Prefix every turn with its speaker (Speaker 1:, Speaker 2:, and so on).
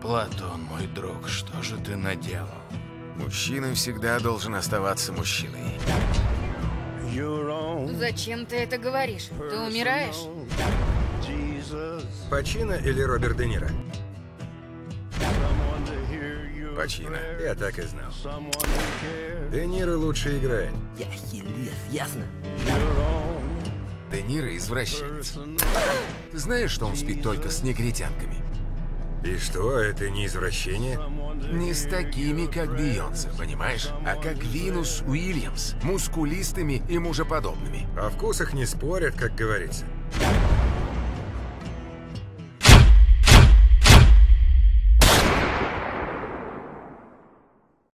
Speaker 1: Платон, мой друг, что же ты наделал?
Speaker 2: Мужчина всегда должен оставаться мужчиной.
Speaker 3: Зачем ты это говоришь? Ты умираешь?
Speaker 4: Пачино или Роберт Де Ниро?
Speaker 2: Почина.
Speaker 4: Я так и знал. Де Ниро лучше играет.
Speaker 5: Я хилес, ясно?
Speaker 2: Де Ниро извращенец. Знаешь, что он спит только с негритянками?
Speaker 4: И что, это не извращение?
Speaker 2: Не с такими, как Бейонсе, понимаешь? А как Винус Уильямс, мускулистыми и мужеподобными.
Speaker 4: О вкусах не спорят, как говорится.